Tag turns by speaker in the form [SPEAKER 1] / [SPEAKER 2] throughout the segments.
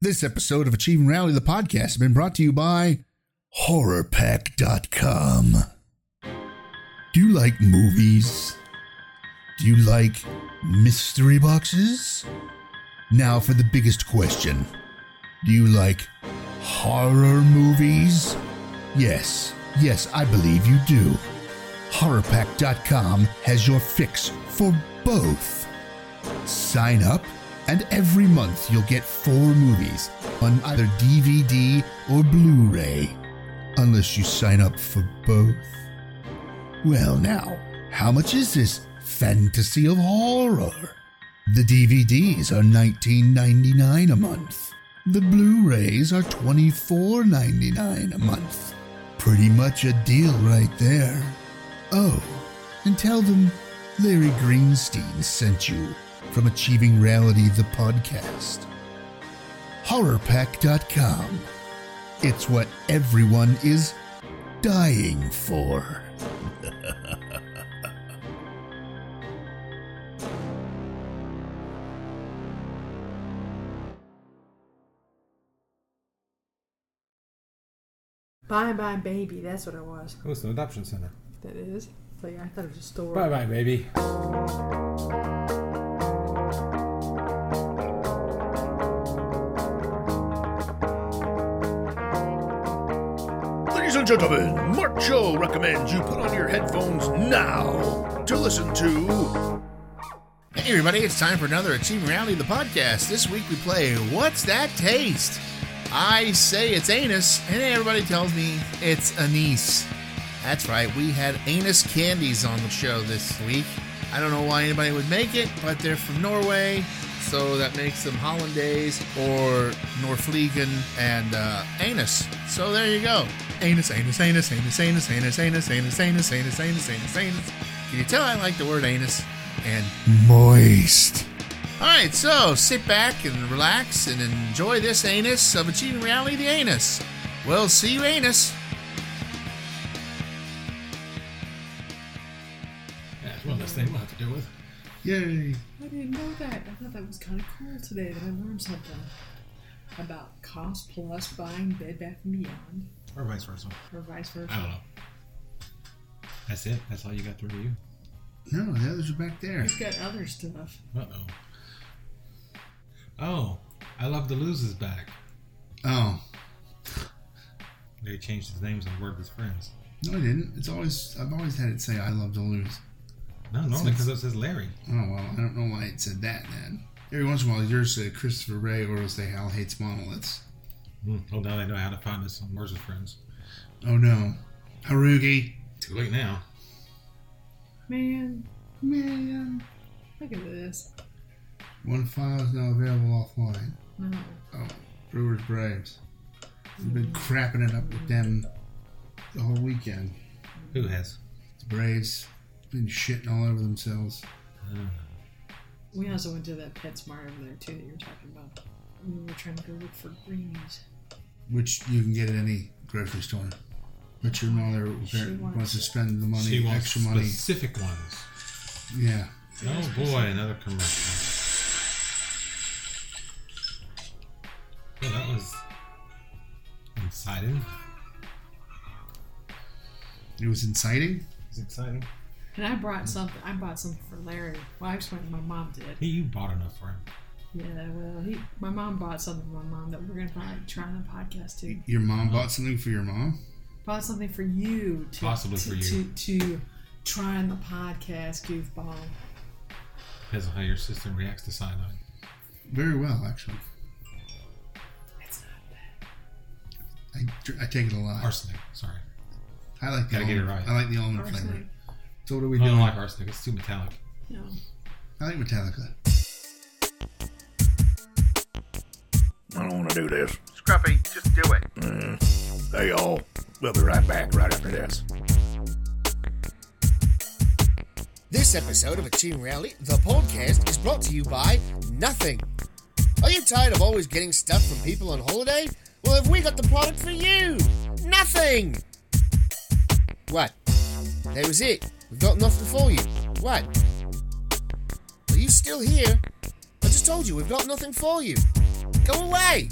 [SPEAKER 1] This episode of Achieving Rally, the podcast, has been brought to you by HorrorPack.com. Do you like movies? Do you like mystery boxes? Now for the biggest question Do you like horror movies? Yes, yes, I believe you do. HorrorPack.com has your fix for both. Sign up, and every month you'll get four movies on either DVD or Blu ray, unless you sign up for both. Well, now, how much is this fantasy of horror? The DVDs are $19.99 a month. The Blu rays are $24.99 a month. Pretty much a deal right there. Oh, and tell them Larry Greenstein sent you from Achieving Reality, the podcast. HorrorPack.com. It's what everyone is dying for.
[SPEAKER 2] Bye bye baby, that's what it was.
[SPEAKER 3] Oh, it's an adoption center.
[SPEAKER 2] That is. But yeah, I thought it was a store.
[SPEAKER 3] Bye bye, baby.
[SPEAKER 1] Ladies and gentlemen, Mark Joe recommends you put on your headphones now to listen to. Hey, everybody, it's time for another Achieving Reality, the podcast. This week we play What's That Taste? I say it's anus, and everybody tells me it's anise. That's right, we had anus candies on the show this week. I don't know why anybody would make it, but they're from Norway, so that makes them Hollandaise or Norfliegen and uh, anus. So there you go. Anus, anus, anus, anus, anus, anus, anus, anus, anus, anus, anus, anus, anus. Can you tell I like the word anus? And moist. All right, so sit back and relax and enjoy this anus of Achieving Reality the Anus. Well, see you, anus.
[SPEAKER 3] That's one less thing we'll have to deal with.
[SPEAKER 1] Yay.
[SPEAKER 2] I didn't know that. I thought that was kind of cool today that I learned something about cost plus buying Bed Bath and Beyond
[SPEAKER 3] Or vice versa.
[SPEAKER 2] or vice versa.
[SPEAKER 3] I don't know. That's it. That's all you got to review.
[SPEAKER 1] No, the others are back there.
[SPEAKER 2] We've got other stuff.
[SPEAKER 3] Uh oh. Oh, I love the loses back.
[SPEAKER 1] Oh,
[SPEAKER 3] They changed his names on Word with Friends.
[SPEAKER 1] no, I didn't. It's always, I've always had it say, I love to lose.
[SPEAKER 3] No, normally because it says Larry.
[SPEAKER 1] Oh, well, I don't know why it said that then. Every once in a while, yours say Christopher Ray or it'll say Hal hates monoliths.
[SPEAKER 3] Hmm. Well, now they know how to find us on Words with Friends.
[SPEAKER 1] Oh no. Harugi.
[SPEAKER 3] Too late now.
[SPEAKER 2] Man,
[SPEAKER 1] Man.
[SPEAKER 2] look at this.
[SPEAKER 1] One file is now available offline.
[SPEAKER 2] No.
[SPEAKER 1] Oh, Brewers Braves. We've been crapping it up with them the whole weekend.
[SPEAKER 3] Who has?
[SPEAKER 1] The Braves been shitting all over themselves.
[SPEAKER 3] Uh,
[SPEAKER 2] We also went to that PetSmart over there too that you were talking about. We were trying to go look for greenies.
[SPEAKER 1] which you can get at any grocery store. But your mother
[SPEAKER 2] She
[SPEAKER 1] wants,
[SPEAKER 2] wants-
[SPEAKER 1] to spend the money,
[SPEAKER 3] she wants
[SPEAKER 1] extra money.
[SPEAKER 3] specific ones.
[SPEAKER 1] yeah.
[SPEAKER 3] Oh boy, another commercial. Well, that was exciting.
[SPEAKER 1] It was inciting.
[SPEAKER 3] It's exciting.
[SPEAKER 2] And I brought something. I bought something for Larry. Well, I just went. My mom did.
[SPEAKER 3] Hey, you bought enough for him.
[SPEAKER 2] Yeah. Well, he. My mom bought something for my mom that we're gonna probably try on the podcast too.
[SPEAKER 1] Your mom bought something for your mom?
[SPEAKER 2] Bought something for you to
[SPEAKER 3] Possibly
[SPEAKER 2] to,
[SPEAKER 3] for you.
[SPEAKER 2] to, to try on the podcast, goofball.
[SPEAKER 3] Depends on how your system reacts to cyanide.
[SPEAKER 1] Very well, actually.
[SPEAKER 2] It's not bad.
[SPEAKER 1] I, I take it a lot.
[SPEAKER 3] Arsenic, sorry.
[SPEAKER 1] I like the
[SPEAKER 3] Gotta get it
[SPEAKER 1] almond,
[SPEAKER 3] right. Uh,
[SPEAKER 1] I like the almond flavor.
[SPEAKER 2] Personally,
[SPEAKER 1] So what are we
[SPEAKER 3] I
[SPEAKER 1] doing?
[SPEAKER 3] don't like arsenic, it's too metallic.
[SPEAKER 2] no.
[SPEAKER 1] I like Metallica.
[SPEAKER 4] I don't want to do this.
[SPEAKER 5] Scruffy, just do it.
[SPEAKER 4] Mm. Hey, y'all. We'll be right back right after this.
[SPEAKER 6] This episode of Achieving Reality, the podcast, is brought to you by nothing. Are you tired of always getting stuff from people on holiday? Well, have we got the product for you? Nothing! What? That was it. We've got nothing for you. What? Are you still here? I just told you we've got nothing for you. Go away!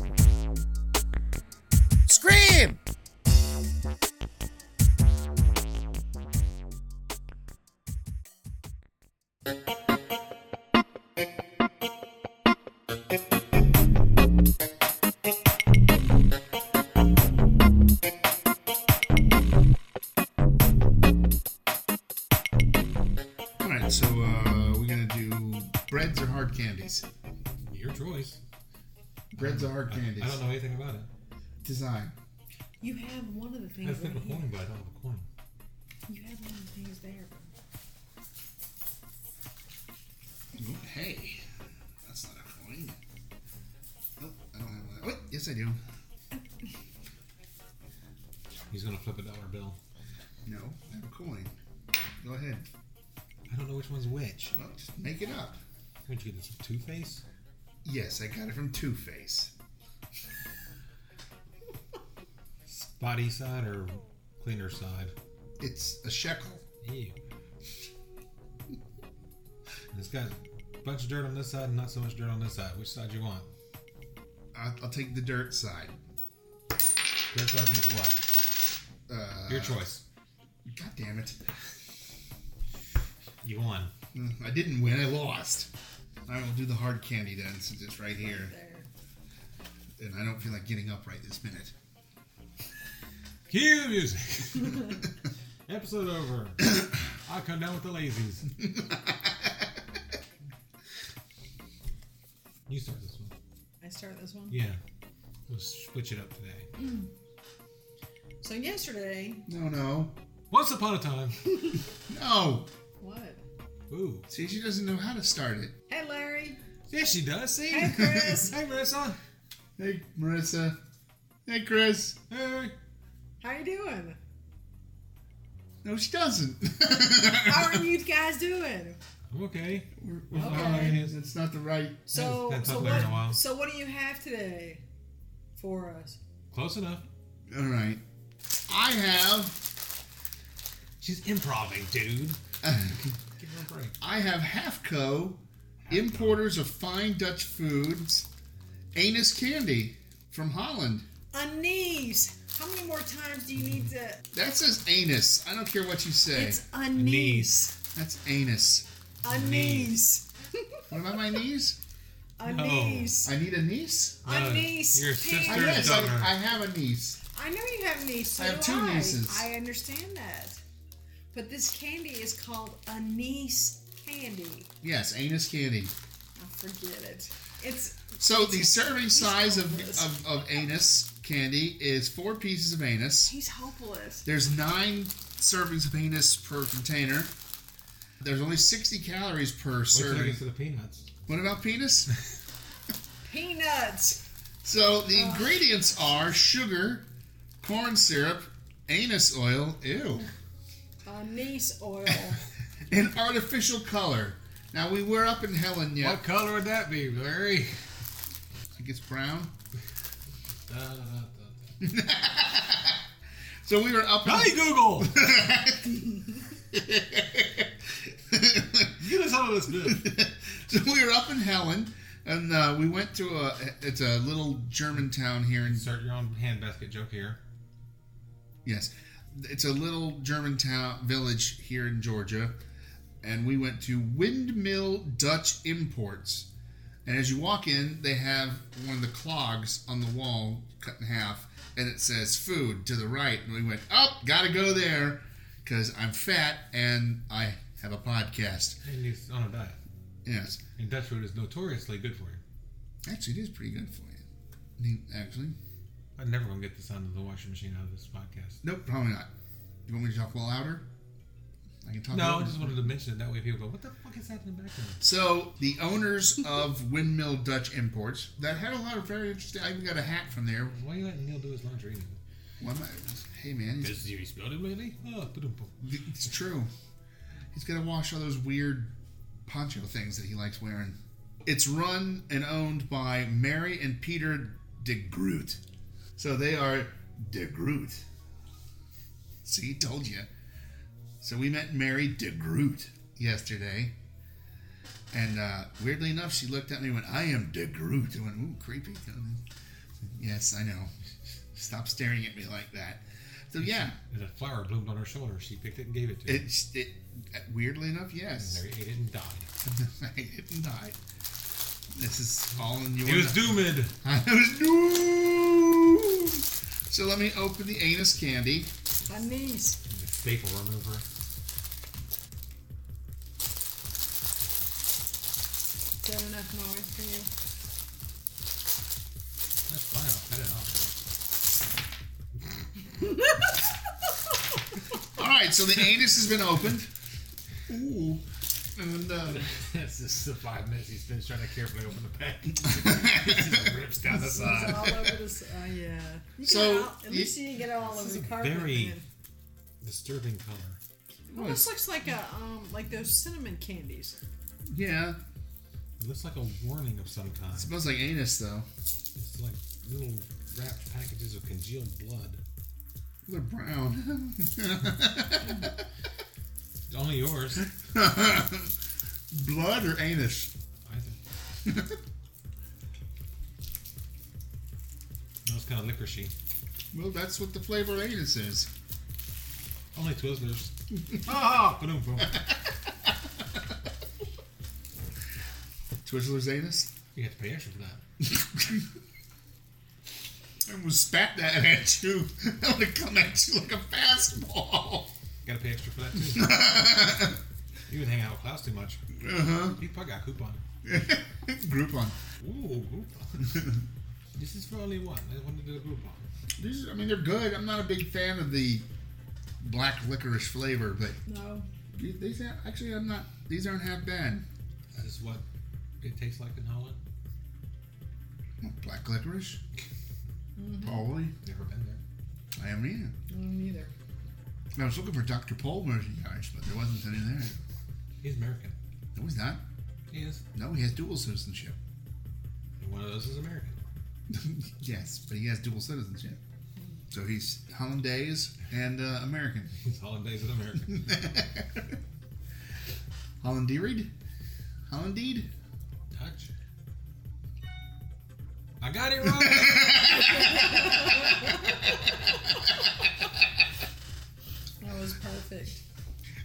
[SPEAKER 1] hard
[SPEAKER 3] I,
[SPEAKER 1] candies.
[SPEAKER 3] I don't know anything about it.
[SPEAKER 1] Design.
[SPEAKER 2] You have one of the
[SPEAKER 3] I
[SPEAKER 2] things
[SPEAKER 3] think
[SPEAKER 2] right
[SPEAKER 3] the
[SPEAKER 2] here.
[SPEAKER 3] coin, but I don't have a coin.
[SPEAKER 2] You have one of the things there. but-
[SPEAKER 1] Hey, that's not a coin. Nope, I don't have that. Wait, yes I do.
[SPEAKER 3] He's gonna flip a dollar bill.
[SPEAKER 1] No, I have a coin. Go ahead.
[SPEAKER 3] I don't know which one's which.
[SPEAKER 1] Well, just make it up.
[SPEAKER 3] Where'd you get this from Two Face?
[SPEAKER 1] Yes, I got it from Two Face.
[SPEAKER 3] Spotty side or cleaner side?
[SPEAKER 1] It's a shekel.
[SPEAKER 3] Ew. And it's got a bunch of dirt on this side and not so much dirt on this side. Which side you want?
[SPEAKER 1] I'll, I'll take the dirt side.
[SPEAKER 3] Dirt side means what?
[SPEAKER 1] Uh,
[SPEAKER 3] Your choice.
[SPEAKER 1] God damn it.
[SPEAKER 3] You won.
[SPEAKER 1] Mm, I didn't win. I lost. I will do the hard candy then, since it's right here,
[SPEAKER 2] There.
[SPEAKER 1] and I don't feel like getting up right this minute.
[SPEAKER 3] Cue music. Episode over. I come down with the lazies. you start this one.
[SPEAKER 2] I start this one.
[SPEAKER 3] Yeah. We'll switch it up today.
[SPEAKER 2] So yesterday,
[SPEAKER 1] No, no,
[SPEAKER 3] Once upon a time.
[SPEAKER 1] no.
[SPEAKER 2] what?
[SPEAKER 3] Ooh.
[SPEAKER 1] See, she doesn't know how to start it.
[SPEAKER 2] Hey Larry.
[SPEAKER 3] Yeah, she does. See?
[SPEAKER 2] Hey Chris.
[SPEAKER 3] Hey, Marissa.
[SPEAKER 1] Hey, Marissa. Hey, Chris.
[SPEAKER 3] Hey.
[SPEAKER 2] How you doing?
[SPEAKER 1] No, she doesn't.
[SPEAKER 2] How are you guys doing?
[SPEAKER 3] I'm okay.
[SPEAKER 1] We're-
[SPEAKER 3] We're
[SPEAKER 1] we're-
[SPEAKER 3] fine. It's-
[SPEAKER 1] That's not the right.
[SPEAKER 2] So,
[SPEAKER 3] Haven't
[SPEAKER 2] so
[SPEAKER 3] talked about it in a while.
[SPEAKER 2] what? So what do you have today for us?
[SPEAKER 3] Close enough.
[SPEAKER 1] All right. I have.
[SPEAKER 3] She's improving, dude. Give her a break.
[SPEAKER 1] I have Halfco, importers of fine Dutch foods, anus candy from Holland.
[SPEAKER 2] Anise. How many more times do you need to?
[SPEAKER 1] That says anus. I don't care what you say.
[SPEAKER 2] It's anise.
[SPEAKER 1] That's anus.
[SPEAKER 2] Anise.
[SPEAKER 1] What about my knees?
[SPEAKER 2] Anise.
[SPEAKER 1] I need a niece.
[SPEAKER 3] No,
[SPEAKER 2] Anise.
[SPEAKER 3] Uh, your
[SPEAKER 2] Pam.
[SPEAKER 1] Ah,
[SPEAKER 3] sister- There's
[SPEAKER 1] yes, I,
[SPEAKER 3] another.
[SPEAKER 1] I have a niece.
[SPEAKER 2] I know you have a niece. So
[SPEAKER 1] I have
[SPEAKER 2] do
[SPEAKER 1] two
[SPEAKER 2] I.
[SPEAKER 1] nieces.
[SPEAKER 2] I understand that. But this candy is called anise candy.
[SPEAKER 1] Yes, anus candy.
[SPEAKER 2] I forget it. It's
[SPEAKER 1] So the serving size of, of, of anus candy is four pieces of anus.
[SPEAKER 2] he's hopeless.
[SPEAKER 1] There's nine servings of anus per container. There's only 60 calories per
[SPEAKER 3] Wait till I
[SPEAKER 1] serving.
[SPEAKER 3] get to the peanuts.
[SPEAKER 1] What about penis?
[SPEAKER 2] Peanuts.
[SPEAKER 1] So the ingredients are sugar, corn syrup, anus oil, ew,
[SPEAKER 2] Anise oil.
[SPEAKER 1] and artificial color. Now we were up in Helen yet.
[SPEAKER 3] What color would that be, Larry?
[SPEAKER 1] I think it's brown.
[SPEAKER 3] Da, da, da, da.
[SPEAKER 1] So we were up.
[SPEAKER 3] Hey Google, get us out of this bit.
[SPEAKER 1] so we were up in Helen, and uh, we went to a. It's a little German town here in.
[SPEAKER 3] Start your own handbasket joke here.
[SPEAKER 1] Yes, it's a little German town village here in Georgia, and we went to Windmill Dutch Imports. And as you walk in, they have one of the clogs on the wall cut in half, and it says "food" to the right. And we went "Oh, up, gotta go there, because I'm fat and I have a podcast.
[SPEAKER 3] And he's on a diet.
[SPEAKER 1] Yes.
[SPEAKER 3] And Dutch food is notoriously good for you.
[SPEAKER 1] Actually, it is pretty good for you. I mean, actually,
[SPEAKER 3] I'm never gonna get the sound of the washing machine out of this podcast.
[SPEAKER 1] nope, probably not. Do you want me to talk a little louder? I can talk.
[SPEAKER 3] No, I
[SPEAKER 1] louder.
[SPEAKER 3] just wanted to mention it. That way people go, what the fuck is that in the background?
[SPEAKER 1] So the owners of Windmill Dutch Imports that had a lot of very interesting. I even got a hat from there.
[SPEAKER 3] Why are you letting Neil do his laundry anyway?
[SPEAKER 1] Why am I- Hey man, he's-
[SPEAKER 3] Because you spilled it, maybe? Oh, ba-dum-bum.
[SPEAKER 1] it's true. He's got to wash all those weird poncho things that he likes wearing. It's run and owned by Mary and Peter de Groot. So they are de Groot. See, told you. So we met Mary de Groot yesterday. And uh, weirdly enough, she looked at me and went, I am de Groot. I went, ooh, creepy. Yes, I know. Stop staring at me like that. So yeah,
[SPEAKER 3] There's a flower bloomed on her shoulder. She picked it and gave it to him.
[SPEAKER 1] it, it weirdly enough, yes.
[SPEAKER 3] Larry ate it and died.
[SPEAKER 1] I didn't die. This is all in your.
[SPEAKER 3] It was doomed.
[SPEAKER 1] I was doomed. So let me open the anus candy.
[SPEAKER 2] Anise.
[SPEAKER 3] The staple remover.
[SPEAKER 2] Is that enough noise for you?
[SPEAKER 3] Uh,
[SPEAKER 5] All right, so the anus has been opened. Ooh. And uh,
[SPEAKER 3] That's just the five minutes he spends trying to carefully open the package. It rips down the
[SPEAKER 2] It's
[SPEAKER 3] side.
[SPEAKER 2] all over the. s- Uh, yeah. You
[SPEAKER 5] So,
[SPEAKER 2] so all, at
[SPEAKER 5] you-
[SPEAKER 2] least you didn't get it all over the carpet.
[SPEAKER 3] very-
[SPEAKER 2] man.
[SPEAKER 3] Disturbing color.
[SPEAKER 2] Well, this looks like a um, like those cinnamon candies.
[SPEAKER 5] yeah,
[SPEAKER 3] It looks like a warning of some kind.
[SPEAKER 5] it smells like anus though.
[SPEAKER 3] It's like little wrapped packages of congealed blood.
[SPEAKER 5] They're brown.
[SPEAKER 3] It's only yours.
[SPEAKER 5] Blood or anus?
[SPEAKER 3] I think. Smells kind of licoricey.
[SPEAKER 5] Well, that's what the flavor of anus is.
[SPEAKER 3] Only Twizzlers. ah! Boom, boom.
[SPEAKER 5] Twizzlers anus.
[SPEAKER 3] You have to pay extra for that.
[SPEAKER 5] I almost spat that at you. That would have come at you like a fastball.
[SPEAKER 3] Gotta pay extra for that too. You've been hanging out with Klaus too much. Uh huh. He probably got a coupon.
[SPEAKER 5] Groupon.
[SPEAKER 3] Ooh, coupon. this is for only one. I wanted to do a coupon.
[SPEAKER 5] These, I mean, they're good. I'm not a big fan of the black licorice flavor, but
[SPEAKER 2] No.
[SPEAKER 5] these- these are- actually, I'm not. These aren't half bad.
[SPEAKER 3] This is what it tastes like in Holland.
[SPEAKER 5] Black licorice. Probably.
[SPEAKER 3] Never been there.
[SPEAKER 5] I haven't either.
[SPEAKER 2] Neither.
[SPEAKER 5] I was looking for Dr. Paul merchandise, but there wasn't any there.
[SPEAKER 3] He's American.
[SPEAKER 5] No, he's not.
[SPEAKER 3] He is.
[SPEAKER 5] No, he has dual citizenship.
[SPEAKER 3] And one of those is American.
[SPEAKER 5] Yes, but he has dual citizenship. So he's Hollandaise and uh, American.
[SPEAKER 3] He's Hollandaise and American.
[SPEAKER 5] Hollandeered? Hollandeed?
[SPEAKER 3] Dutch. I got it wrong.
[SPEAKER 2] That was perfect.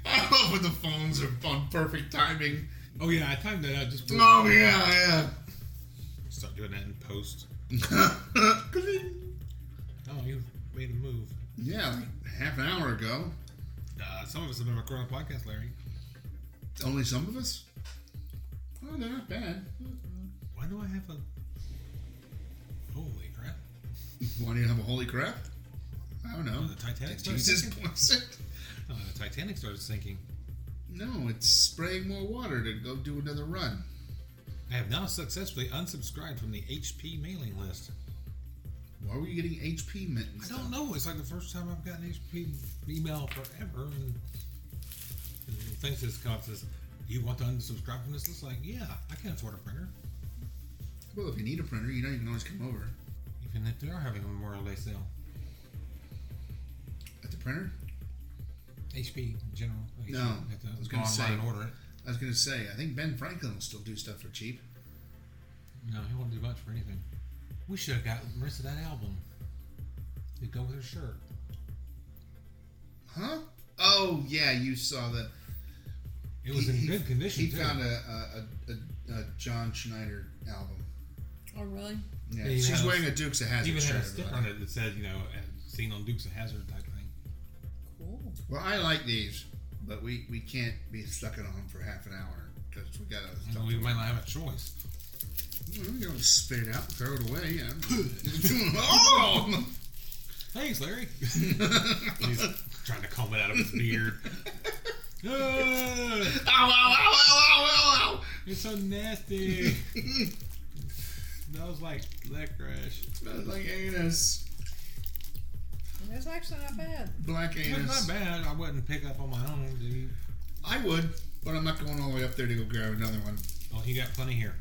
[SPEAKER 5] I love when Oh, the phones are on perfect timing.
[SPEAKER 3] oh yeah, I timed that out just. for-
[SPEAKER 5] Oh, yeah,
[SPEAKER 3] Start doing that in post.
[SPEAKER 5] yeah. Ka-ding.
[SPEAKER 3] Oh, you made a move.
[SPEAKER 5] yeah, like half an hour ago.
[SPEAKER 3] Uh, some of us have been recording a podcast, Larry.
[SPEAKER 5] Only some of us? Oh, they're not bad.
[SPEAKER 3] Why do I have a? Holy crap!
[SPEAKER 5] Why do you have a holy crap? I don't know.
[SPEAKER 3] Oh, the Titanic. started
[SPEAKER 5] Jesus
[SPEAKER 3] sinking?
[SPEAKER 5] points it.
[SPEAKER 3] Oh, the Titanic started sinking.
[SPEAKER 5] No, it's spraying more water to go do another run.
[SPEAKER 3] I have now successfully unsubscribed from the HP mailing list.
[SPEAKER 5] Why were you getting HP mittens?
[SPEAKER 3] I don't know. It's like the first time I've gotten HP email forever, and, and the thing says come up says, "You want to unsubscribe from this list?" Like, yeah, I can afford a printer.
[SPEAKER 5] Well, if you need a printer, you don't even always come over.
[SPEAKER 3] Even if they are having a Memorial Day sale,
[SPEAKER 5] At the printer?
[SPEAKER 3] HP in general. You
[SPEAKER 5] No,
[SPEAKER 3] have to
[SPEAKER 5] I was
[SPEAKER 3] go
[SPEAKER 5] gonna
[SPEAKER 3] online
[SPEAKER 5] say-
[SPEAKER 3] and order it.
[SPEAKER 5] I was going to say, I think Ben Franklin will still do stuff for cheap.
[SPEAKER 3] No, he won't do much for anything. We should have got Marissa that album. It'd go with her shirt.
[SPEAKER 5] Huh? Oh, yeah, you saw that.
[SPEAKER 3] It was in good condition
[SPEAKER 5] He
[SPEAKER 3] too.
[SPEAKER 5] found a, a, a, a, a John Schneider album.
[SPEAKER 2] Oh really?
[SPEAKER 3] Yeah,
[SPEAKER 5] Yeah,
[SPEAKER 3] he
[SPEAKER 5] she's
[SPEAKER 3] has-
[SPEAKER 5] wearing a Dukes of Hazzard
[SPEAKER 3] even
[SPEAKER 5] shirt.
[SPEAKER 3] had a sticker
[SPEAKER 5] but-
[SPEAKER 3] on it that said, you know, uh, seen on Dukes of Hazard type thing.
[SPEAKER 2] Cool.
[SPEAKER 5] Well, I like these, but we, we can't be stuck at home for half an hour because we got other
[SPEAKER 3] And
[SPEAKER 5] stuff.
[SPEAKER 3] we might not have a choice.
[SPEAKER 5] We're going to spit it out, throw it away. Yeah. oh!
[SPEAKER 3] Thanks, Larry. He's trying to comb it out of his beard. Ah,
[SPEAKER 5] Ow, ow, ow, ow, ow, ow, ow!
[SPEAKER 3] it's so nasty. Smells like licorice.
[SPEAKER 5] Smells like anus.
[SPEAKER 2] That's actually not bad.
[SPEAKER 5] Black
[SPEAKER 3] It's
[SPEAKER 5] anus.
[SPEAKER 3] not bad. I wouldn't pick up on my own, dude.
[SPEAKER 5] I would, but I'm not going all the way up there to go grab another one.
[SPEAKER 3] Oh, you got plenty here.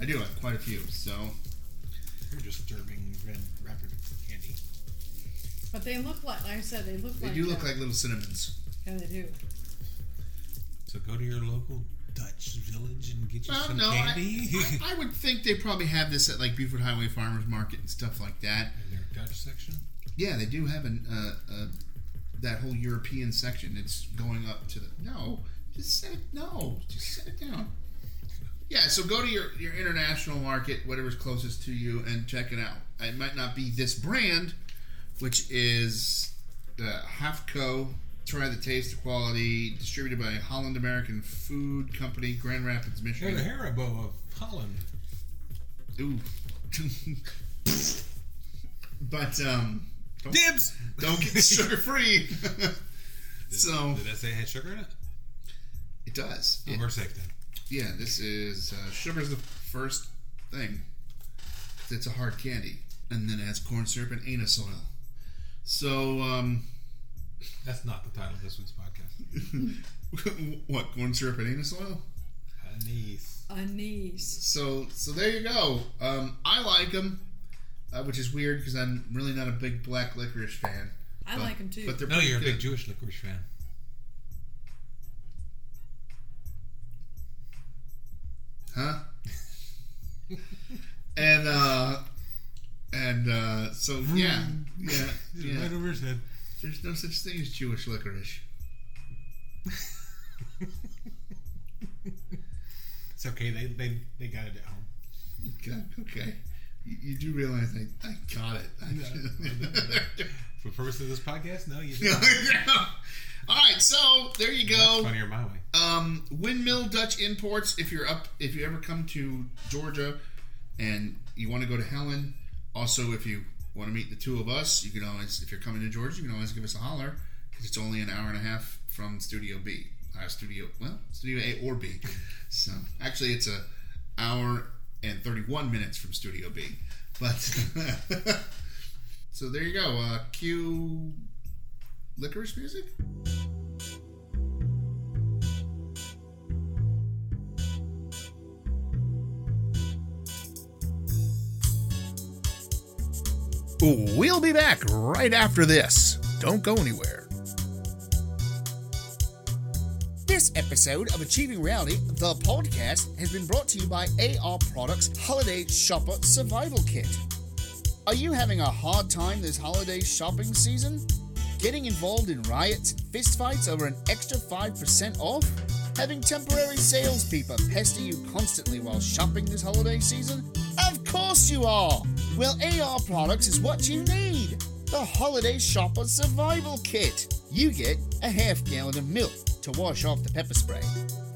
[SPEAKER 5] I do have quite a few, so.
[SPEAKER 3] You're disturbing red wrapper candy.
[SPEAKER 2] But they look like, like I said, they look
[SPEAKER 5] They
[SPEAKER 2] like.
[SPEAKER 5] do look
[SPEAKER 2] that.
[SPEAKER 5] like little cinnamons.
[SPEAKER 2] Yeah, they do.
[SPEAKER 3] So go to your local Dutch village and get you
[SPEAKER 5] Well,
[SPEAKER 3] some
[SPEAKER 5] no, I,
[SPEAKER 3] candy.
[SPEAKER 5] I, I would think they probably have this at like Buford Highway Farmers Market and stuff like that.
[SPEAKER 3] In their Dutch section.
[SPEAKER 5] Yeah, they do have an uh, uh, that whole European section. It's going up to the no. Just set it, no. Just set it down. Yeah, so go to your, your international market, whatever's closest to you, and check it out. It might not be this brand, which is uh, Hafco. Try the taste, the quality, distributed by Holland American Food Company, Grand Rapids,
[SPEAKER 3] They're the
[SPEAKER 5] Michigan.
[SPEAKER 3] Haribo of Holland.
[SPEAKER 5] Ooh. but um,
[SPEAKER 3] Dibs!
[SPEAKER 5] Don't get sugar free. so
[SPEAKER 3] Did that say it had sugar in it?
[SPEAKER 5] it does.
[SPEAKER 3] Oh,
[SPEAKER 5] It-
[SPEAKER 3] we're safe then.
[SPEAKER 5] yeah, this is uh, sugar's the first thing. It's a hard candy, and then it has corn syrup and anus oil. So um,
[SPEAKER 3] That's not the title of this week's podcast.
[SPEAKER 5] what? Corn syrup and anus oil.
[SPEAKER 3] Anise.
[SPEAKER 2] Anise.
[SPEAKER 5] So so there you go. Um, I like them, uh, which is weird because I'm really not a big black licorice fan.
[SPEAKER 2] I
[SPEAKER 5] but-
[SPEAKER 2] like 'em too.
[SPEAKER 5] But they're
[SPEAKER 3] No, you're a
[SPEAKER 5] pretty
[SPEAKER 3] big
[SPEAKER 5] good.
[SPEAKER 3] Jewish licorice fan.
[SPEAKER 5] huh? and uh, and uh, so yeah, yeah, yeah.
[SPEAKER 3] over his head.
[SPEAKER 5] There's no such thing as Jewish licorice.
[SPEAKER 3] It's okay. They they, they got it at home.
[SPEAKER 5] Okay, okay. You, you do realize I, I got it.
[SPEAKER 3] For the purpose of this podcast, no, you didn't.
[SPEAKER 5] All right, so there you
[SPEAKER 3] That's
[SPEAKER 5] go.
[SPEAKER 3] funnier my way.
[SPEAKER 5] Um, Windmill Dutch Imports. If you're up, if you ever come to Georgia, and you want to go to Helen, also if you want to meet the two of us, you can always, if you're coming to Georgia, you can always give us a holler because it's only an hour and a half from Studio B, uh, Studio well, Studio A or B. So actually, it's a hour and thirty one minutes from Studio B, but so there you go. Uh, cue licorice music.
[SPEAKER 7] We'll be back right after this. Don't go anywhere.
[SPEAKER 1] This episode of Achieving Reality, the podcast, has been brought to you by AR Products Holiday Shopper Survival Kit. Are you having a hard time this holiday shopping season? Getting involved in riots, fistfights over an extra 5% off? Having temporary salespeople pester you constantly while shopping this holiday season? Of course you are! Well, AR Products is what you need! The Holiday Shopper Survival Kit. You get a half gallon of milk to wash off the pepper spray,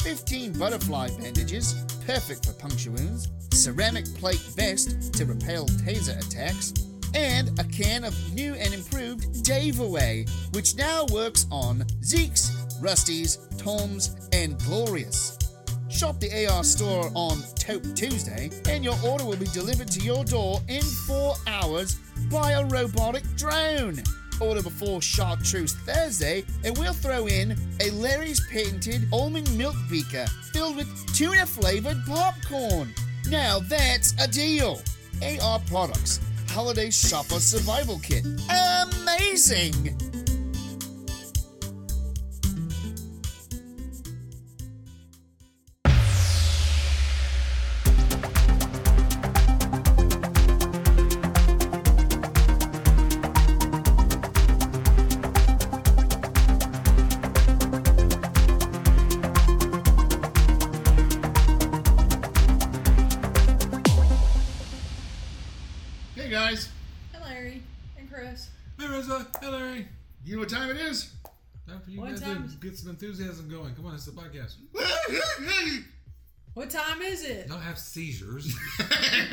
[SPEAKER 1] 15 butterfly bandages, perfect for puncture wounds, ceramic plate vest to repel taser attacks, and a can of new and improved Daveaway, which now works on Zeke's, Rusty's, Tom's, and Glorious. Shop the AR store on Taupe Tuesday, and your order will be delivered to your door in four hours by a robotic drone. Order before Chartreuse Thursday, and we'll throw in a Larry's patented almond milk beaker filled with tuna flavored popcorn. Now that's a deal. AR Products Holiday Shopper Survival Kit. Amazing!
[SPEAKER 5] Hey guys,
[SPEAKER 2] Hi, Larry and Chris.
[SPEAKER 3] Hey, Rosa. Hey, Larry.
[SPEAKER 5] you know what time it is?
[SPEAKER 3] Time for you
[SPEAKER 2] What
[SPEAKER 3] guys
[SPEAKER 2] time is-
[SPEAKER 3] to get some enthusiasm going. Come on, it's a podcast.
[SPEAKER 2] What time is it?
[SPEAKER 3] Don't have seizures.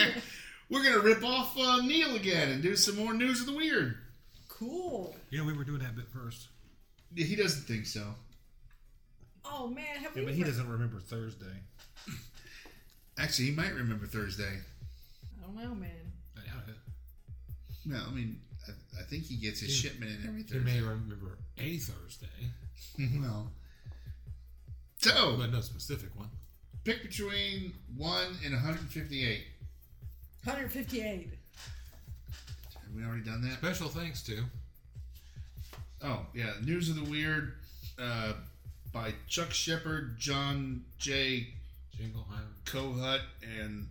[SPEAKER 5] We're gonna rip off uh, Neil again and do some more news of the weird.
[SPEAKER 2] Cool.
[SPEAKER 3] you know, we were doing that bit first.
[SPEAKER 5] He doesn't think so.
[SPEAKER 2] Oh man, have
[SPEAKER 8] Yeah,
[SPEAKER 2] we?
[SPEAKER 8] but he
[SPEAKER 2] for-
[SPEAKER 8] doesn't remember Thursday.
[SPEAKER 5] Actually, he might remember Thursday.
[SPEAKER 2] I don't know, man.
[SPEAKER 3] I doubt it.
[SPEAKER 5] Well, I mean, I, I think he gets his
[SPEAKER 3] Yeah.
[SPEAKER 5] shipment in every
[SPEAKER 3] You may
[SPEAKER 5] Thursday.
[SPEAKER 3] remember a Thursday,
[SPEAKER 5] well, so
[SPEAKER 3] but no specific one.
[SPEAKER 5] pick between one and 158.
[SPEAKER 2] 158.
[SPEAKER 5] Have we already done that?
[SPEAKER 3] Special thanks to
[SPEAKER 5] Oh yeah, news of the weird uh, by Chuck Shepard, John J.
[SPEAKER 3] Jingleheim.
[SPEAKER 5] Cohut, and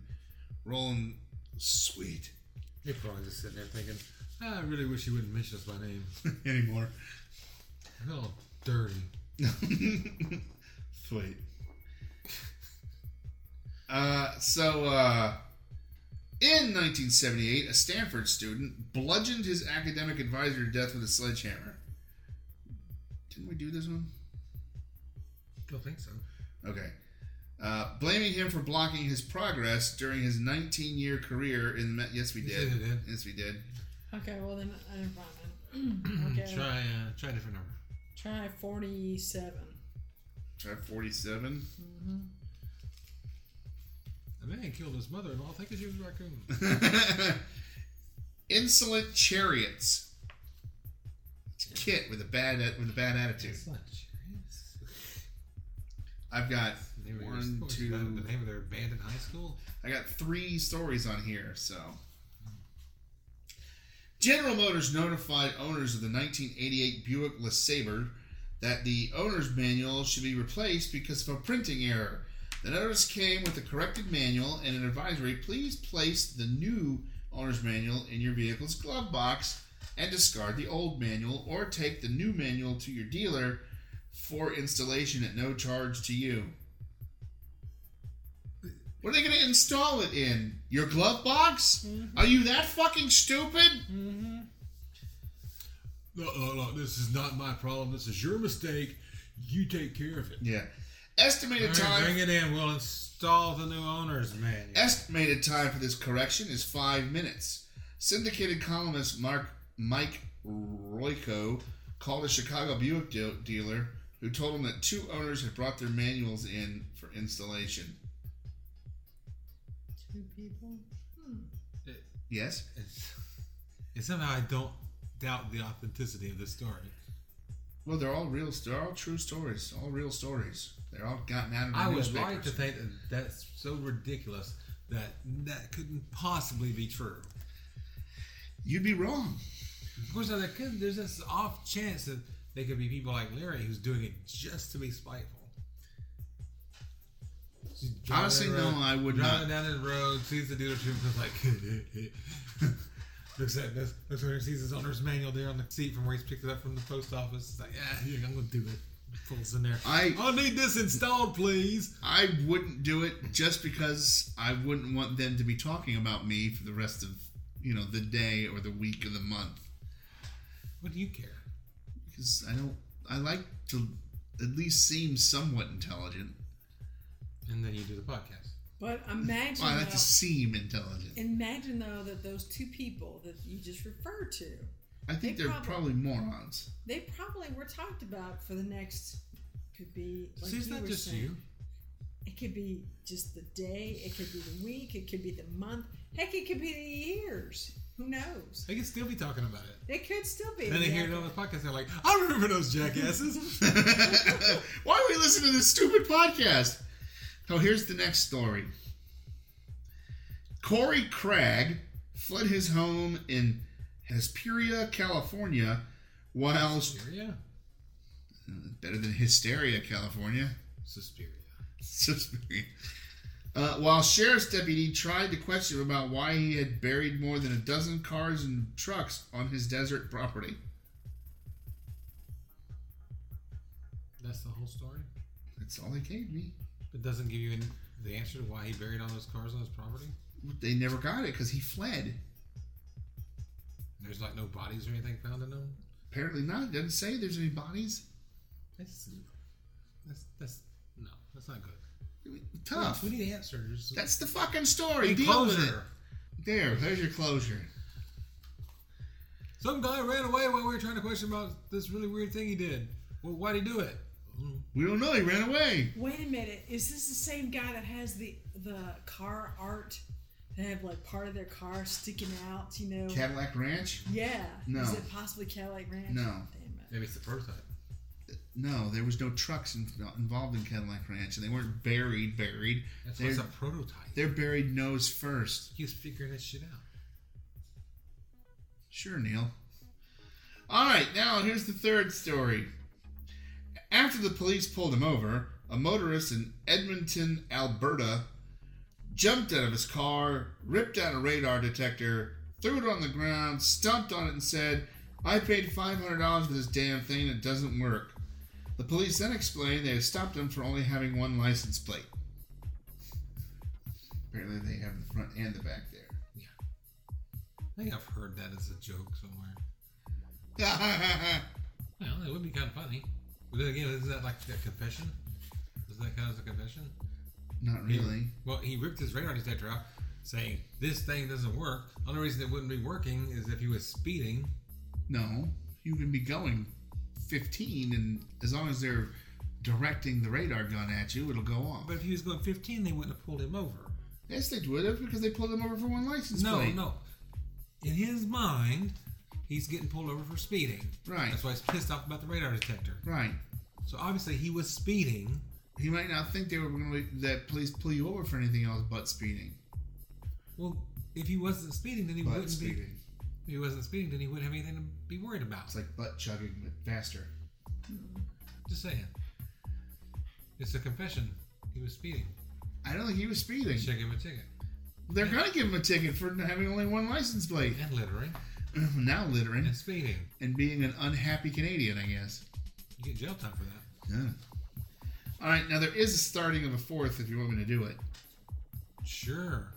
[SPEAKER 5] Roland Sweet.
[SPEAKER 3] You're probably just sitting there thinking, "Ah, I really wish you wouldn't mention us by name.
[SPEAKER 5] Anymore.
[SPEAKER 3] You're all dirty.
[SPEAKER 5] Sweet. Uh, so, uh, in 1978, a Stanford student bludgeoned his academic advisor to death with a sledgehammer. Didn't we do this one?
[SPEAKER 3] Don't think so.
[SPEAKER 5] Okay. Uh, blaming him for blocking his progress during his 19 year career in. the Met- yes, we
[SPEAKER 3] Yes,
[SPEAKER 5] did.
[SPEAKER 3] we did.
[SPEAKER 5] Yes, we did.
[SPEAKER 2] Okay, well then uh, I didn't find it. okay,
[SPEAKER 3] Try uh, try a different number.
[SPEAKER 2] try forty-seven.
[SPEAKER 5] Try 47.
[SPEAKER 3] A man killed his mother-in-law thinking she was a raccoon.
[SPEAKER 5] Insolent chariots. It's Kit with a bad with a bad attitude.
[SPEAKER 3] It's not serious.
[SPEAKER 5] I've got
[SPEAKER 3] They were
[SPEAKER 5] one,
[SPEAKER 3] supposed to be
[SPEAKER 5] two.
[SPEAKER 3] The name of their band in high school.
[SPEAKER 5] I got three stories on here, so. General Motors notified owners of the 1988 Buick LeSabre that the owner's manual should be replaced because of a printing error. The notice came with a corrected manual and an advisory please place the new owner's manual in your vehicle's glove box and discard the old manual or take the new manual to your dealer for installation at no charge to you. What are they going to install it in? Your glove box?
[SPEAKER 3] Mm-hmm.
[SPEAKER 5] Are you that fucking stupid?
[SPEAKER 3] No, no, no. This is not my problem. This is your mistake. You take care of it.
[SPEAKER 5] Yeah. Estimated
[SPEAKER 3] All right,
[SPEAKER 5] time.
[SPEAKER 3] bring it in. We'll install the new owner's manual.
[SPEAKER 5] Estimated time for this correction is five minutes. Syndicated columnist Mark Mike Royko called a Chicago Buick de- dealer who told him that two owners had brought their manuals in for installation.
[SPEAKER 2] Two people.
[SPEAKER 3] Hmm.
[SPEAKER 5] Yes?
[SPEAKER 3] It's- and somehow I don't doubt the authenticity of this story.
[SPEAKER 5] Well, they're all real. They're all true stories. All real stories. They're all gotten out of the
[SPEAKER 3] I was
[SPEAKER 5] newspapers.
[SPEAKER 3] right to think that that's so ridiculous that that couldn't possibly be true.
[SPEAKER 5] You'd be wrong.
[SPEAKER 3] Of course, now there could, there's this off chance that they could be people like Larry who's doing it just to be spiteful. She's driving
[SPEAKER 5] Honestly,
[SPEAKER 3] down the
[SPEAKER 5] no, I would
[SPEAKER 3] driving down the road, sees the dealership, and goes like, looks at this, looks over and sees his owner's manual there on the seat from where he's picked it up from the post office. It's like, yeah, yeah, I'm gonna do it. Pulls in there.
[SPEAKER 5] I-
[SPEAKER 3] I need this installed, please.
[SPEAKER 5] I wouldn't do it just because I wouldn't want them to be talking about me for the rest of you know the day or the week or the month
[SPEAKER 3] What do you care?
[SPEAKER 5] because I don't. I like to at least seem somewhat intelligent.
[SPEAKER 3] And then you do the podcast.
[SPEAKER 2] But imagine.
[SPEAKER 5] Well, I like
[SPEAKER 2] though-
[SPEAKER 5] to seem intelligent.
[SPEAKER 2] Imagine though that those two people that you just referred to,
[SPEAKER 5] I think
[SPEAKER 2] they
[SPEAKER 5] they're
[SPEAKER 2] probably-
[SPEAKER 5] probably morons.
[SPEAKER 2] they probably were talked about for the next. Could be like
[SPEAKER 3] See, it's
[SPEAKER 2] you
[SPEAKER 3] not
[SPEAKER 2] were
[SPEAKER 3] just
[SPEAKER 2] saying.
[SPEAKER 3] you.
[SPEAKER 2] It could be just the day. It could be the week. It could be the month. Heck, it could be the years. Who knows?
[SPEAKER 3] They could still be talking about it.
[SPEAKER 2] It could still be.
[SPEAKER 3] Then they hear it
[SPEAKER 2] the-
[SPEAKER 5] uh,
[SPEAKER 3] on the podcast. They're like, I remember those jackasses.
[SPEAKER 5] Why are we listening to this stupid podcast? So here's the next story. Corey Cragg fled his home in Hesperia, California, while
[SPEAKER 3] Suspiria.
[SPEAKER 5] better than Hysteria, California.
[SPEAKER 3] Suspiria.
[SPEAKER 5] Suspiria. Uh, while sheriff's deputy tried to question him about why he had buried more than a dozen cars and trucks on his desert property.
[SPEAKER 3] That's the whole story.
[SPEAKER 5] That's all they gave me.
[SPEAKER 3] It doesn't give you any, the answer to why he buried all those cars on his property.
[SPEAKER 5] They never got it because he fled.
[SPEAKER 3] There's like no bodies or anything found in them.
[SPEAKER 5] Apparently not. It doesn't say there's any bodies.
[SPEAKER 3] That's that's that's no, that's not good.
[SPEAKER 5] Tough.
[SPEAKER 3] We need answers.
[SPEAKER 5] That's the fucking story.
[SPEAKER 3] We need
[SPEAKER 5] Deal with it.
[SPEAKER 3] closure.
[SPEAKER 5] There, there's your closure.
[SPEAKER 3] Some guy ran away while we were trying to question about this really weird thing he did. Well, why'd he do it?
[SPEAKER 5] We don't know. He ran away.
[SPEAKER 2] Wait a minute. Is this the same guy that has the the car art? They have like part of their car sticking out. You know.
[SPEAKER 5] Cadillac Ranch?
[SPEAKER 2] yeah.
[SPEAKER 5] No.
[SPEAKER 2] Is it possibly Cadillac Ranch?
[SPEAKER 5] No.
[SPEAKER 2] Damn it.
[SPEAKER 3] Maybe it's the prototype.
[SPEAKER 5] No, there was no trucks in, involved in Cadillac Ranch, and they weren't buried. Buried.
[SPEAKER 3] That's why
[SPEAKER 5] They're,
[SPEAKER 3] it's a prototype.
[SPEAKER 5] they're buried nose first.
[SPEAKER 3] He's figuring this shit out.
[SPEAKER 5] Sure, Neil. All right, now here's the third story. After the police pulled him over, a motorist in Edmonton, Alberta, jumped out of his car, ripped out a radar detector, threw it on the ground, stomped on it, and said, I paid $500 for this damn thing and it doesn't work. The police then explained they had stopped him for only having one license plate. Apparently, they have the front and the back
[SPEAKER 3] I think I've heard that as a joke somewhere.
[SPEAKER 5] there.
[SPEAKER 3] Well, it would be kind of funny. But then again, isn't that like a confession? Does that count as a confession?
[SPEAKER 5] Not really.
[SPEAKER 3] Well, he ripped his radar detector out, saying this thing doesn't work. The only reason it wouldn't be working is if he was speeding.
[SPEAKER 5] No, you can be going 15, and as long as they're directing the radar gun at you, it'll go off.
[SPEAKER 3] But if he was going 15, they wouldn't have pulled him over.
[SPEAKER 5] yes, they would have because they pulled him over for one license
[SPEAKER 3] No,
[SPEAKER 5] plate.
[SPEAKER 3] no. In his mind, he's getting pulled over for speeding.
[SPEAKER 5] Right.
[SPEAKER 3] That's why he's pissed off about the radar detector.
[SPEAKER 5] Right.
[SPEAKER 3] So obviously he was speeding.
[SPEAKER 5] He might not think they were going to that police pull you over for anything else but speeding.
[SPEAKER 3] Well, if he wasn't speeding, then he
[SPEAKER 5] But
[SPEAKER 3] wouldn't be.
[SPEAKER 5] speeding.
[SPEAKER 3] If he wasn't speeding, then he wouldn't have anything to be worried about.
[SPEAKER 5] It's like butt chugging, but faster.
[SPEAKER 3] Just saying. It's a confession. He was speeding.
[SPEAKER 5] I don't think he was speeding.
[SPEAKER 3] Should give him a ticket.
[SPEAKER 5] They're going to give him a ticket for having only one license plate.
[SPEAKER 3] And littering.
[SPEAKER 5] now littering
[SPEAKER 3] And speeding.
[SPEAKER 5] and being an unhappy Canadian, I guess.
[SPEAKER 3] You get jail time for that.
[SPEAKER 5] Yeah. All right, now there is a starting of a fourth if you want me to do it.
[SPEAKER 3] Sure.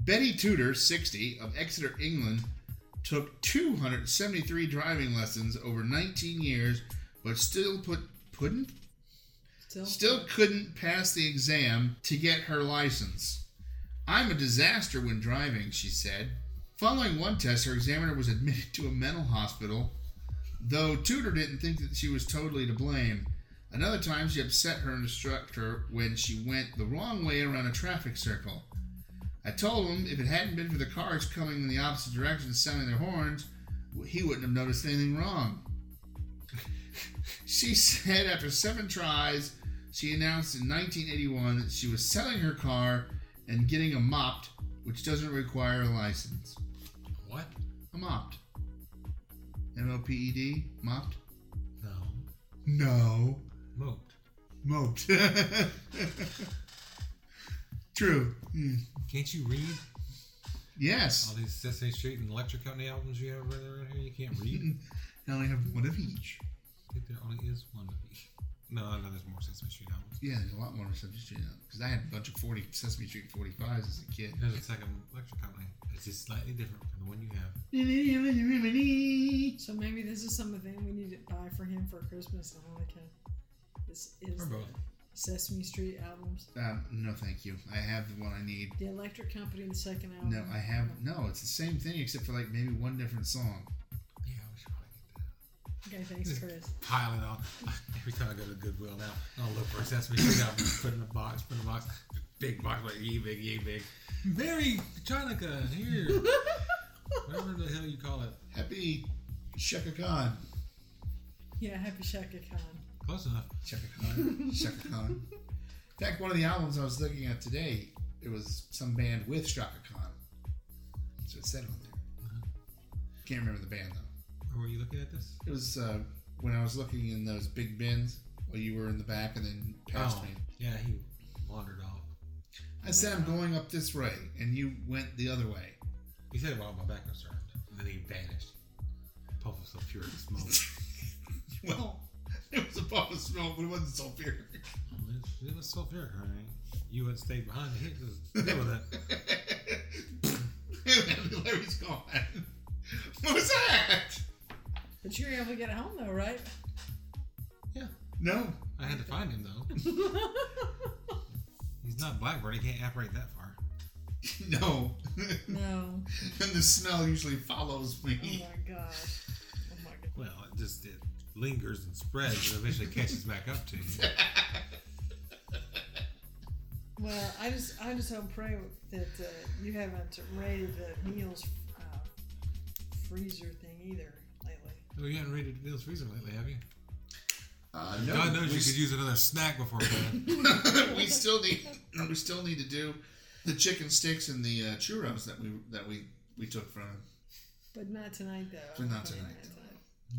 [SPEAKER 5] Betty Tudor, 60, of Exeter, England, took 273 driving lessons over 19 years, but still put couldn't
[SPEAKER 2] Still,
[SPEAKER 5] still couldn't pass the exam to get her license. I'm a disaster when driving, she said. Following one test, her examiner was admitted to a mental hospital, though Tudor didn't think that she was totally to blame. Another time, she upset her instructor when she went the wrong way around a traffic circle. I told him if it hadn't been for the cars coming in the opposite direction sounding their horns, he wouldn't have noticed anything wrong. She said after seven tries, she announced in 1981 that she was selling her car and getting a mopped, which doesn't require a license.
[SPEAKER 3] What?
[SPEAKER 5] A mopped. M O P E D? Mopped?
[SPEAKER 3] No.
[SPEAKER 5] No.
[SPEAKER 3] Moped.
[SPEAKER 5] Moped. True. Hmm.
[SPEAKER 3] Can't you read all
[SPEAKER 5] Yes.
[SPEAKER 3] these Sesame Street and Electric Company albums you have right around here? You can't read.
[SPEAKER 5] I only have one of each.
[SPEAKER 3] I think there only is one of each. No, no, there's more Sesame Street albums.
[SPEAKER 5] Yeah, there's a lot more Sesame Street now because I had a bunch of 40 Sesame Street 45s as a kid.
[SPEAKER 3] There's a second Electric Company. It's just slightly different from the one you have.
[SPEAKER 2] So maybe this is something we need to buy for him for Christmas and Hanukkah. This is
[SPEAKER 3] Or both.
[SPEAKER 2] Sesame Street albums.
[SPEAKER 5] Um, no, thank you. I have the one I need.
[SPEAKER 2] The Electric Company, the second album.
[SPEAKER 5] No, I have no. It's the same thing except for like maybe one different song.
[SPEAKER 3] Yeah, we should probably get that.
[SPEAKER 2] Okay, thanks, Chris.
[SPEAKER 3] Pile it on. Every time I go to Goodwill now, I'll look for a Sesame Street album. Put it in a box. Put it in a box. Big box, like yay big, yay big. Merry Chanukah here. Whatever the hell you call it.
[SPEAKER 5] Happy Shaka Khan.
[SPEAKER 2] Yeah, Happy Shaka Khan.
[SPEAKER 3] Close enough.
[SPEAKER 5] Shaka Khan. Shaka Khan. In fact, one of the albums I was looking at today, it was some band with Shaka Khan. So it said on there. Can't remember the band though.
[SPEAKER 3] Where were you looking at this?
[SPEAKER 5] It was uh, when I was looking in those big bins while you were in the back and then passed me.
[SPEAKER 3] Oh, yeah, he wandered off.
[SPEAKER 5] I said I'm going up this way, and you went the other way.
[SPEAKER 3] He said, "Well, my back was turned," and then he vanished. Puff of sulfuric smoke.
[SPEAKER 5] Well, it was a puff of smoke, but it wasn't sulfuric.
[SPEAKER 3] it was sulfuric, all right. You would stay behind the hit to deal with it.
[SPEAKER 5] Larry's gone. What was that?
[SPEAKER 2] But you were able to get home though, right?
[SPEAKER 3] Yeah,
[SPEAKER 5] No.
[SPEAKER 3] I had to find him though. He's not Blackbird. He can't operate that far.
[SPEAKER 5] No.
[SPEAKER 2] No.
[SPEAKER 5] and the smell usually follows
[SPEAKER 2] Oh
[SPEAKER 5] me.
[SPEAKER 2] my gosh. Oh my god.
[SPEAKER 3] Well, it just it lingers and spreads and eventually catches back up to you.
[SPEAKER 2] Well, I just I just hope and pray that uh, you haven't raided the meals uh, freezer thing either lately.
[SPEAKER 3] Well, you haven't raided Neil's freezer lately, have you?
[SPEAKER 5] Uh, no,
[SPEAKER 3] God knows
[SPEAKER 5] we,
[SPEAKER 3] you could use another snack before bed.
[SPEAKER 5] we still need uh, we still need to do the chicken sticks and the uh, churros that we that we we took from. him.
[SPEAKER 2] But not tonight though.
[SPEAKER 5] But not
[SPEAKER 2] Okay,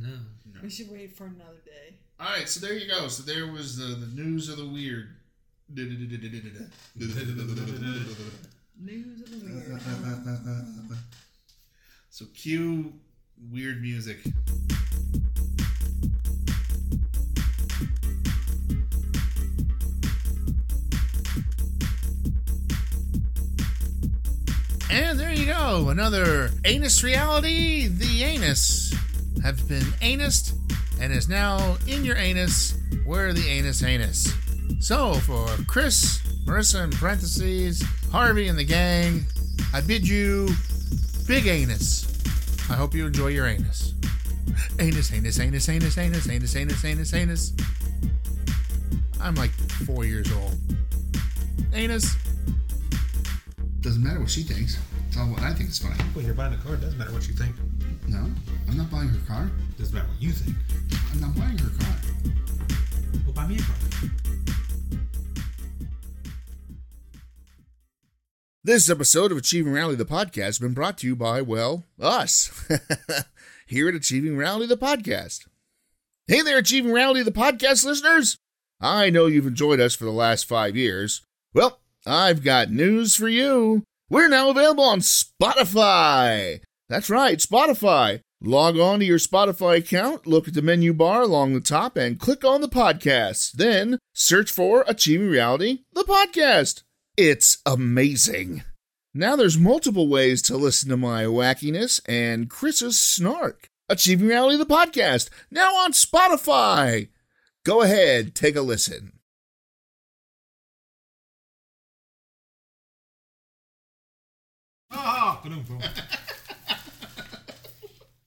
[SPEAKER 5] tonight.
[SPEAKER 3] no.
[SPEAKER 2] We should wait for another day.
[SPEAKER 5] All right, so there you go. So there was the the news of the weird.
[SPEAKER 2] News of the week.
[SPEAKER 5] So cue weird music.
[SPEAKER 1] And there you go, another anus reality. The anus have been anused and is now in your anus where the anus anus. So for Chris, Marissa in parentheses, Harvey and the gang, I bid you big anus. I hope you enjoy your anus. Anus, anus, anus, anus, anus, anus, anus, anus, anus. I'm like four years old. Anus.
[SPEAKER 5] Doesn't matter what she thinks. It's all what I think is funny.
[SPEAKER 3] When you're buying a car, it doesn't matter what you think.
[SPEAKER 5] No, I'm not buying her car.
[SPEAKER 3] It doesn't matter what you think.
[SPEAKER 5] I'm not buying her car.
[SPEAKER 3] Well, buy me a car.
[SPEAKER 1] This episode of Achieving Rally the Podcast has been brought to you by, well, us here at Achieving Rally the Podcast. Hey there, Achieving Rally the Podcast listeners! I know you've enjoyed us for the last five years. Well, I've got news for you. We're now available on Spotify. That's right, Spotify. Log on to your Spotify account, look at the menu bar along the top, and click on the podcast. Then search for Achieving Reality, the podcast. It's amazing. Now there's multiple ways to listen to my wackiness and Chris's snark. Achieving Reality, the podcast, now on Spotify. Go ahead, take a listen.
[SPEAKER 3] Ah, ba-dum-bum.